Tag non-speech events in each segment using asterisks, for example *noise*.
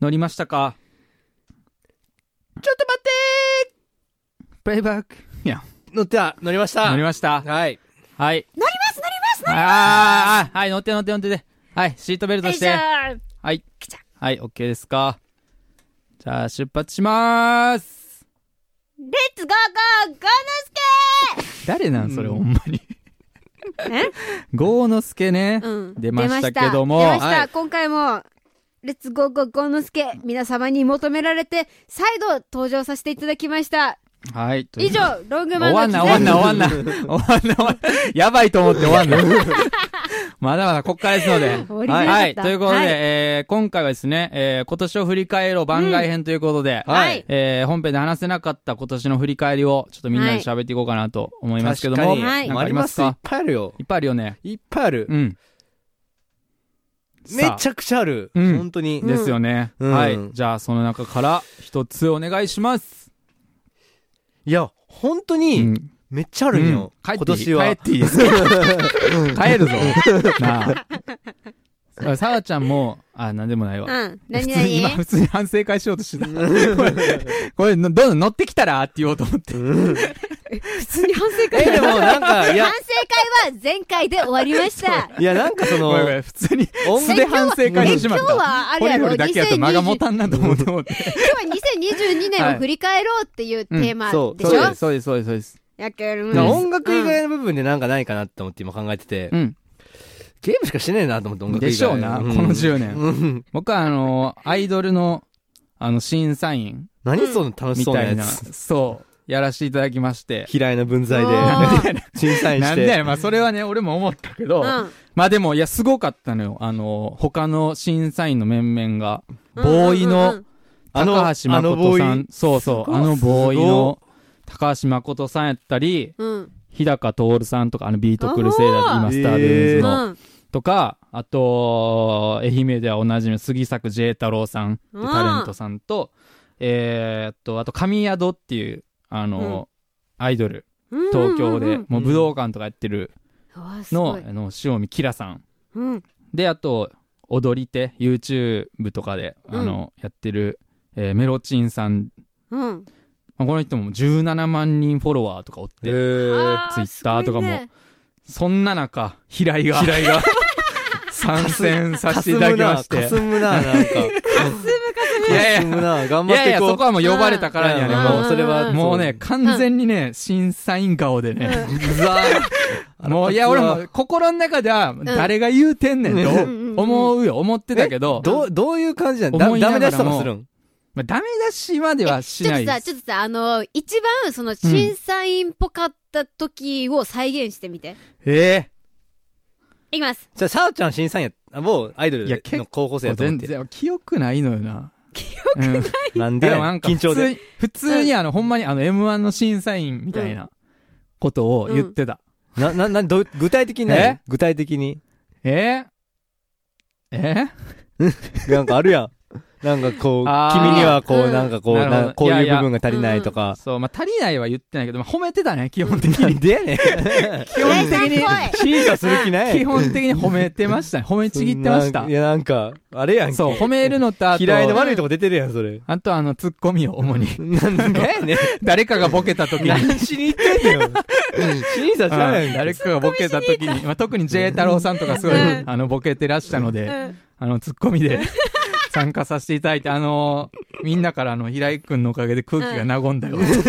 乗りましたかちょっと待ってプレイバック。いや、ー乗った乗りました乗りました。はい。はい。乗ります乗ります乗りあーあー、はい、乗って乗って乗ってて。はい、シートベルトましすよて。いしょはい来た。はい、OK ですか。じゃあ、出発しまーす。レッツゴーゴーゴーのす誰なんそれ、ほんまに。 *laughs* ゴーノスケねけ、うん、出ましたけど出まもし、た、はい今回も、レッツゴーゴーゴーのすけ、皆様に求められて、再度登場させていただきました。はい。という以上、ロング終マンわんな、終わんな、終わんな。終わんな、終わんな。やばいと思って終わんな。 *laughs* まだまだこっからですので。終わはりい、じゃなかったはいということで、はいえー今回はですね、えー今年を振り返ろう番外編ということで、はいえー本編で話せなかった今年の振り返りを、ちょっとみんなで喋っていこうかなと思いますけども、確かはいになんかあありりまますすいっかぱいあるよ。いっぱいあるよね。いっぱいあるう。ん。めさあちゃくちゃある。うん本当に。ですよね。うんはいうん。じゃあ、その中から一つお願いします。いや、本当うに、んめっちゃあるんよ。帰今っていい年は。帰っていいですか帰る *laughs* ぞ。 *laughs* なあ。さわちゃんも、あ、なんでもないわ。うん、普何通に今、々普通に反省会しようとしてた。 *laughs* これ、これのどんどん乗ってきたらって言おうと思って。普通に反省え、でもなんか、いや反、省会は前回で終わりました。 *laughs* いや、なんかそ *laughs* ごのめん、ごめん普通に、音素で反省会してしまっ今た。日はあれホリやホろ、リだけやと間が持2020たんなと思って思って。今日は2022年を振り返ろうっていうテーマはいうんでしそょうです、そうです、そうです、そうです。やけるだから音楽以外の部分でなんかないかなって思って今考えててう、ん。ゲームしかしてねえなと思って音楽以外。でしょうな、こんの10年。うん僕はあの、アイドルの、あの、審査員何その楽しみそうなたいやな、つ。そう、やらせていただきまして。嫌いな文在で *laughs* *laughs* あ、審査員なしんだて。よ、まあそれはね、俺も思ったけど、うんまあでも、いや、すごかったのよ。あの、他の審査員の面々が、ボーイの、うんうんうんあの高橋誠さあのボーん、そうそう、あのボーイの高橋誠さんやったり、うん日高徹さんとか、あのビートクルセイダーズ、あ今ースターベルズうの、んとか、あと、愛媛ではおなじみの杉作 J 太郎さんってうんタレントさんと、えーっと、あと、神宿っていう、あの、アイドル、うん東京うんうんでうん、もう武道館とかやってるうわすの、ごあいの、塩見キラさん。うんで、あと、踊り手、YouTube とかで、あの、やってる、えーメロチンさんうんまあこの人も17万人フォロワーとかおって、あツイッターとかもすごいねそんな中、平井が、平井 *laughs* が、参戦させていただきまして。かすむな、な *laughs* んか。いやいや、かすむな、頑い張っやいていや、こう。そこはもう呼ばれたからにはね、うんもうう、んそれはんもうね、完全にね、審査員顔でね、うわー *laughs* もう、いや、俺も心の中では、誰が言うてんねんと思うよ、思ってたけど、どう、どういう感じなんだ思いなダがメらも出しとかするんまあダメ出しまではしちょっなといさちょっとさあの一番その審査員っぽかった時を再現してみてえいきますじゃあ、さおちゃん審査員やあ、もうアイドいやル結構の高校生えやと思っ全て。然、記憶ないのよな。記憶ないなんででもなんか緊普張通で。に、普通にあの、ほんまにあの、M1 の審査員みたいなことを言ってた。な、な、な、どう、具体的に何え具体的に。ええなんかあるや *laughs* ん。なんかこう、あー君にはこうう、んなんかこう、なるほどなこういやいいうや部分が足りないとか。そう、まあ、足りないは言ってないけど、まあ、褒めてたね、基本的 *laughs* なんに。でや *laughs* ねん。基本的に、審査する気ない。基本的に褒めてましたね。褒めちぎってましそんたない。や、なんか、あれやんけ。そう、褒めるのと、あと、嫌いの悪いとこ出てるやん、それ。あとあの、ツッコミを主に。なんでやねん。 *laughs* 誰かがボケた時に。何しに行ってんだよ。審査うしんないやん。誰かがボケた時に、まあ、特に J 太郎さんとかすごい、うんあの、ボケてらしたので、うんあの、ツッコミで参加させていただいて、あのーみんなからあの、平井くんのおかげで空気が和んだよ。結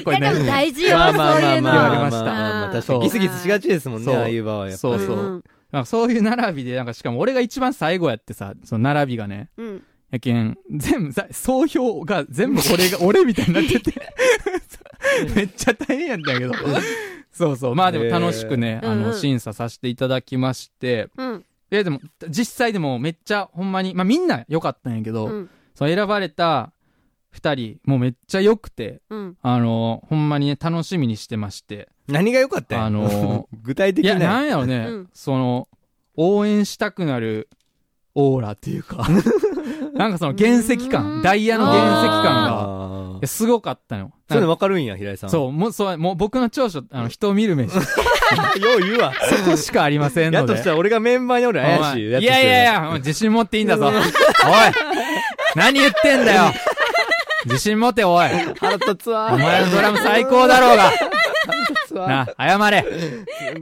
い構やでもね、大事よそういうのまあまあまあ言われましたまあ確かにギスギスしがちですもんそうね、ああいう場合は。そうそう。うんなんかそういう並びで、なんかしかも俺が一番最後やってさ、その並びがね、うんうんやけん、全部、さ総評が全部俺 *laughs* が、俺みたいになって *laughs* て、めっちゃ大変やったんや *laughs* けど。そうそう。まあでも楽しくね、へーあうんうの、ん審査させていただきまして、うんで、でも、実際でもめっちゃほんまに、まあみんな良かったんやけど、うんその選ばれた二人、もうめっちゃ良くて、うんあの、ほんまにね、楽しみにしてまして。何が良かったんやあの *laughs* 具体的いや、なな。んやろね、うんその、応援したくなるオーラっていう *laughs* か、なんかその原石う感、んダイヤの原石感が、あいーやすごかったの。そういなんうのか分かるんや、平井さん。そう、もう、そう、もう僕の長所、あの、人を見る目、そあ。 *laughs* よう言うわ。こしかありませんやのとで。したら俺がメンバーにおるお前怪しいやつ。いやいやいや、自信持っていいんだぞ。おい何言ってんだよ自信持て、おい腹立つわ。お前のドラム最高だろうが *laughs* 腹立つわ。なあ、謝れ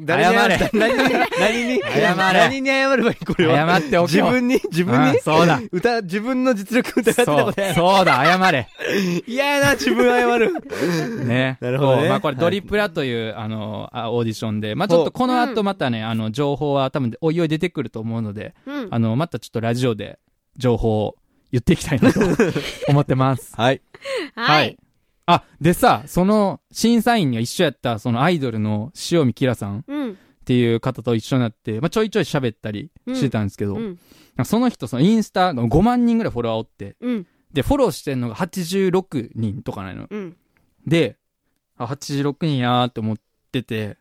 誰に謝れ。何に、何に、謝れ何に謝ればいいこれは。謝っておけ自よ分に、自分うんにそうだ。歌、自分の実力疑ってたそこうとや、。そうだ、謝れ嫌やな、自分謝る。ね。なるほどねそうまあこれドリプラという、あの、あオーディションで、まあちょっほとうこの後またね、あの、情報は多分おいおい出てくると思うので、うん。あの、またちょっとラジオで情報を言っていきたい *laughs* なと思ってます。はい。はい。。あ、でさ、その審査員が一緒やった、そのアイドルの塩見キラさんっうん。ていう方と一緒になって、まあちょいちょい喋ったりしてたんですけど、うん。なんかその人、そのインスタが5万人ぐらいフォロワーおって、うん。で、フォローしてんのが86人とかなの。うん。で、あ、86人やーって思ってて、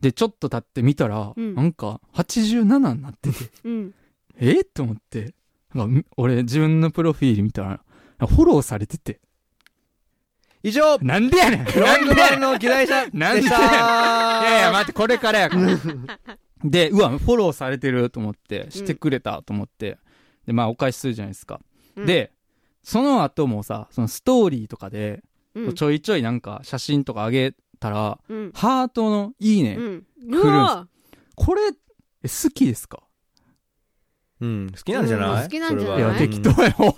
で、ちょっと経って見たら、うんなんか、87になってて、うん。えって思って、なんかみ俺、自分のプロフィール見たら、フォローされてて、以上、ロなんでやねんなんンでグマやンねんの議題者でなんでしたいやいや、待って、これからやから。で、うわ、フォローされてると思って、してくれたと思って、で、まあ、お返しするじゃないですか。うん、で、その後もさ、そのストーリーとかで、うん、ちょいちょいなんか写真とかあげたら、うん。ハートのいいね、うん。すうわこれ、え好きですかうん、好きなんじゃないうん好きなんじゃないそいれや、はうん適当や、おい。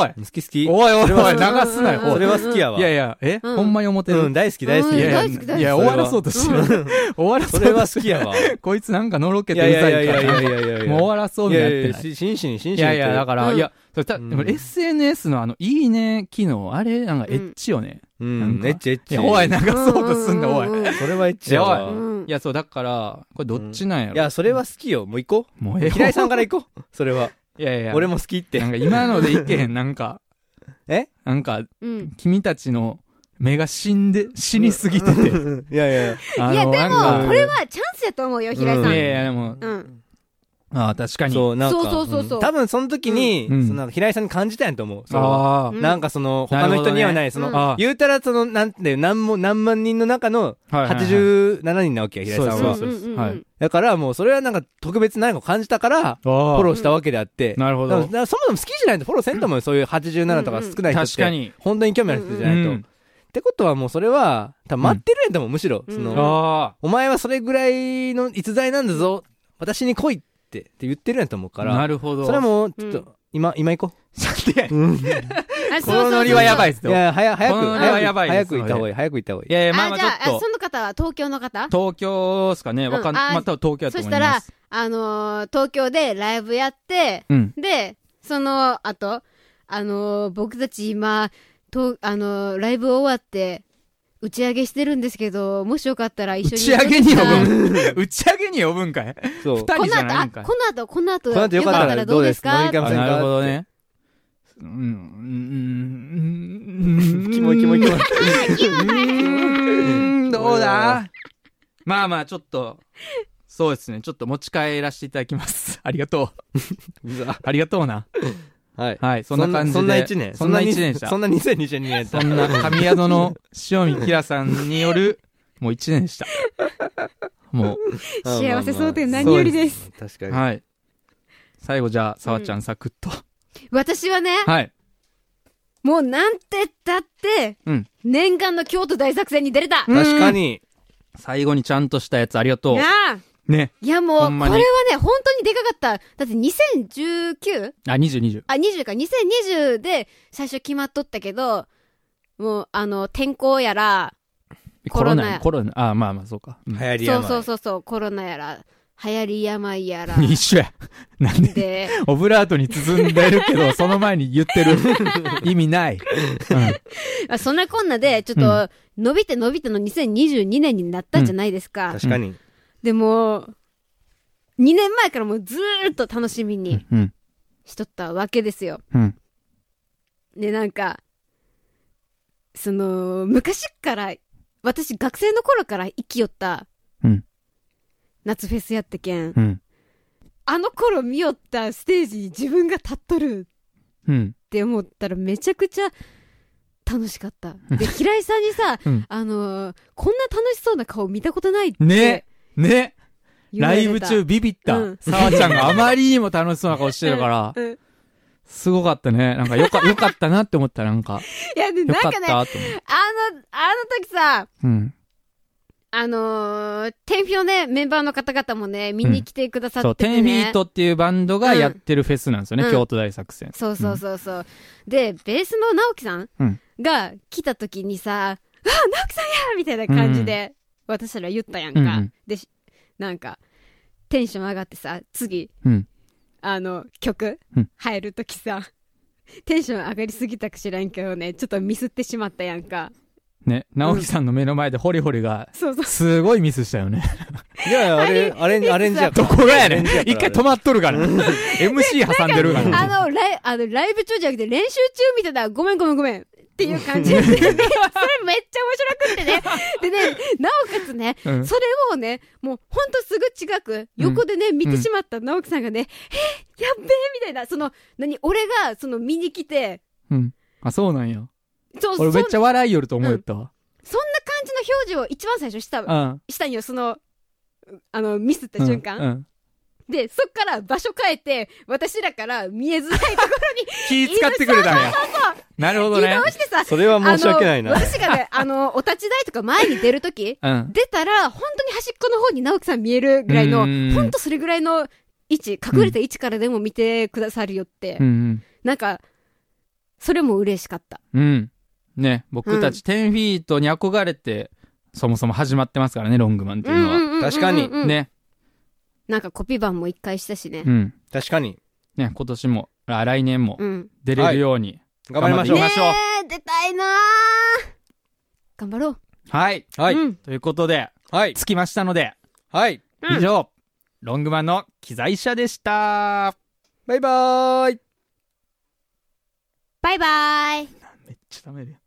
おい。うん好き好き。おいおいおい、それは流すなよ、おそいれは好きやわ。いやいや、え、うんほんまに思ってる。うん、大好き大好うんき。いや大好き大好いきや、終わらそうとしてる。 *laughs* 終わらそそとしてうれるは好きやわ。いこいつなんかのろけてやういざやいやいいかやいらやい。やいやもう終わらそうになっいやいてやない。し心身、心身いやいや、だかから、うんいや、それた、うんでも SNS のあの、いいね機能、あれ、なんかエッチよね。ら。うなんん、かエッチエッいチ。や、おい、流な。そうとすんな、おい。うんいそれはエッチやいわう。ん。や、そう、だから、これどっちなんやろ。いや、それは好きよ。もう行こもうう。ええ平井さんから行こう。それは。いやいや、俺も好きってな。んか今のでいけへん、なんか。えなんか、うん。君たちの目が死んで、死にすぎてて。いやいやいや。あいや、での、もなん、かこれはチャンスやと思うよ、平井さうんいん。やいや、でも、うん。ああ、確かに。そう、なんか。そうそうそうそうん多分その時に、うんその平井さんに感じたんやと思う。それあはうんなんかその、他の人にはない、そあ、うのん、ああ、言うたらその、なんて、何も、何万人の中のはいはいはい87人なわけや、平井さんそはう。んんんはいだからもう、それはなんか特別ないの感じたから、フォフォローしたわけであって。なるほだどか。らそもそも好きじゃないとフォローせんと思うよ、そういう87とか少ない人って。確か。に。本当に興味ある人じうゃないと。っん。てことはもうそれは、多分待ってるんやと思う、むしろ。うんその、あお前はそれぐらいの逸材なんだぞ。私に来いって、って言ってるんやと思うあ、から。なるほど。それはもう、ちょっうと、今、今行こでう。うん。あこのノリはやばいっすいよ。いや、はや、早く、このノリはやばいで早すく行った方がいい、早く行った方がいい。やいや、まああ、まあじゃあ、ちょっその方は東京の方と、東京ですかね、わかん、うんあーまあ多分東京やとそし思たいまらす。、あのー、東京でライブやって、うん。で、その後、あのー、僕たち今、と、あのー、ライブ終わって、打ち上げしてるんですけど、もしよかったら打一ち緒に。上げに呼ぶん *laughs* 打ち上げに呼ぶんかいそう。二こ人のじゃないん後、かあいこの後、この後、この後よかったらどうですかよかったらああどうなるほどね。うん、うん、うん、 *laughs* キモいキモいキモい。うん、どうこれだはまあまあ、ちょっと、そうですね。ちょっと持ち帰らせていただきます。ありがとう。うざありがとうな。はい。はい、そんな感じで。そんな一年。そんな一年でした。そんな2022年やったそ。んな神宿の塩見キラさんによる、もう一年でした。も幸せそうでまあまあ何よりです。そうです。う、確かに。はい。最後じゃあ、さわちゃんサクッと。私はね、はい。もうなんてったって、うん念願の京都大作戦に出れた、ん確かに。最後にちゃんとしたやつありがとなあう。ね。いやもう、ほこんれまはにね、本当にでかかった。だって 2019? あ、20、20。あ、20か、2020で最初決まっとったけど、もう、あの、天候やら、ココロロナナやコロナ。あ、まあまあ、そうか。うん、流行りそやうそうそうそう、コロナやら、流行り病やら *laughs* 一緒や。なんでで、オブラートに包んでるけど、その前に言ってる意味ない。あそんなこんなで、ちょっうと、伸びて伸びての2022年になったじゃないですか。確かに。でも、2年前からもうずーっと楽しみうにん。うん。しとったわけですよ。うん。で、なんか、その、昔から、私学生の頃から生きよった、うん夏フェスやったけん、うん。あの頃見よったステージに自分が立っとるうん。って思ったらめちゃくちゃ楽しかった。で、平井さんにさ、 *laughs* うんあのーこんな楽しそうな顔見たことないってねね言わラれイたブ中ビビったうん。さわちゃんがあまりにも楽しそうな顔してるからうん、すごかったね。なんかよ *laughs* か、よかったなって思った、なんか。いや、で、よなんかっかね、あの、たと思う。あの時さ、うん。あのー、天秤のね、メンバーの方々もね、見に来てくださそう、ってて、ねテンフィートっていうバンドがうんやってるフェスなんですよね、うん京都大作戦。そうそうそうそう。で、ベースの直樹さんうんが来た時にさ、あ、直樹さんやみたいな感じで、私ら言ったやんか。うんうんで、しなんか、テンション上がってさ、次、うん。あの、曲うん、入る時さ、テンション上がりすぎたか知らんけどね、ちょっとミスってしまったやんか。ね、直樹さんの目の前でホリホリが、そうそう。すごいミスしたよね。 *laughs* いやいや、あれ、アレンジ、アレンジやどから。こがやねんアレンジやから一回止まっとるから。MC 挟んでるから。あの、ライあのライブ中じゃなくて練習中みたいな、ごめんごめんごめん。っていう感じで、 *laughs* それめっちゃ面白くってね。でね、なおかつね、うんそれをね、もうほんとすぐ近く、横でね、見てしまった直樹さんがね、えやっべえみたいな、その、何、俺が、その、見に来て、うん。あ、そうなんや。そうそん俺めそんっな感ちゃ笑いよると思うよったわ。じの表情を一番最初した、うん。したんよ、その、あの、ミスったうん瞬間。うん。で、そっから場所変えて、私らから見えづらいとこ気使ってくれたんや。なるほろどに移ね動。してさ、それは申し訳ないなあの。私がね、*laughs* あの、お立ち台とか前に出るとき、うん。出たら、本当に端っこの方に直樹さん見えるぐらいの、うーん本当それぐらいの位置、隠れた位置からでも見てくださるよってう、ん。なんか、それも嬉しかった。うん。ね、僕たち10フィートに憧れて、そもそも始まってますからね、ロングマンっていうのは。確かにうんうんうんうん。ね。なんかコピー版も一回したしねう。ん。確かに。ね、今年も、あ来年もうん。出れるように。頑張りましょ行き。うましょうねえ出たいなー頑張ろう。はい。はい。うんということで、はい。着きましたので、はい。うん以上、ロングマンの機材車でした。バイバーイ。バイバーイ。めっちゃダメだよ。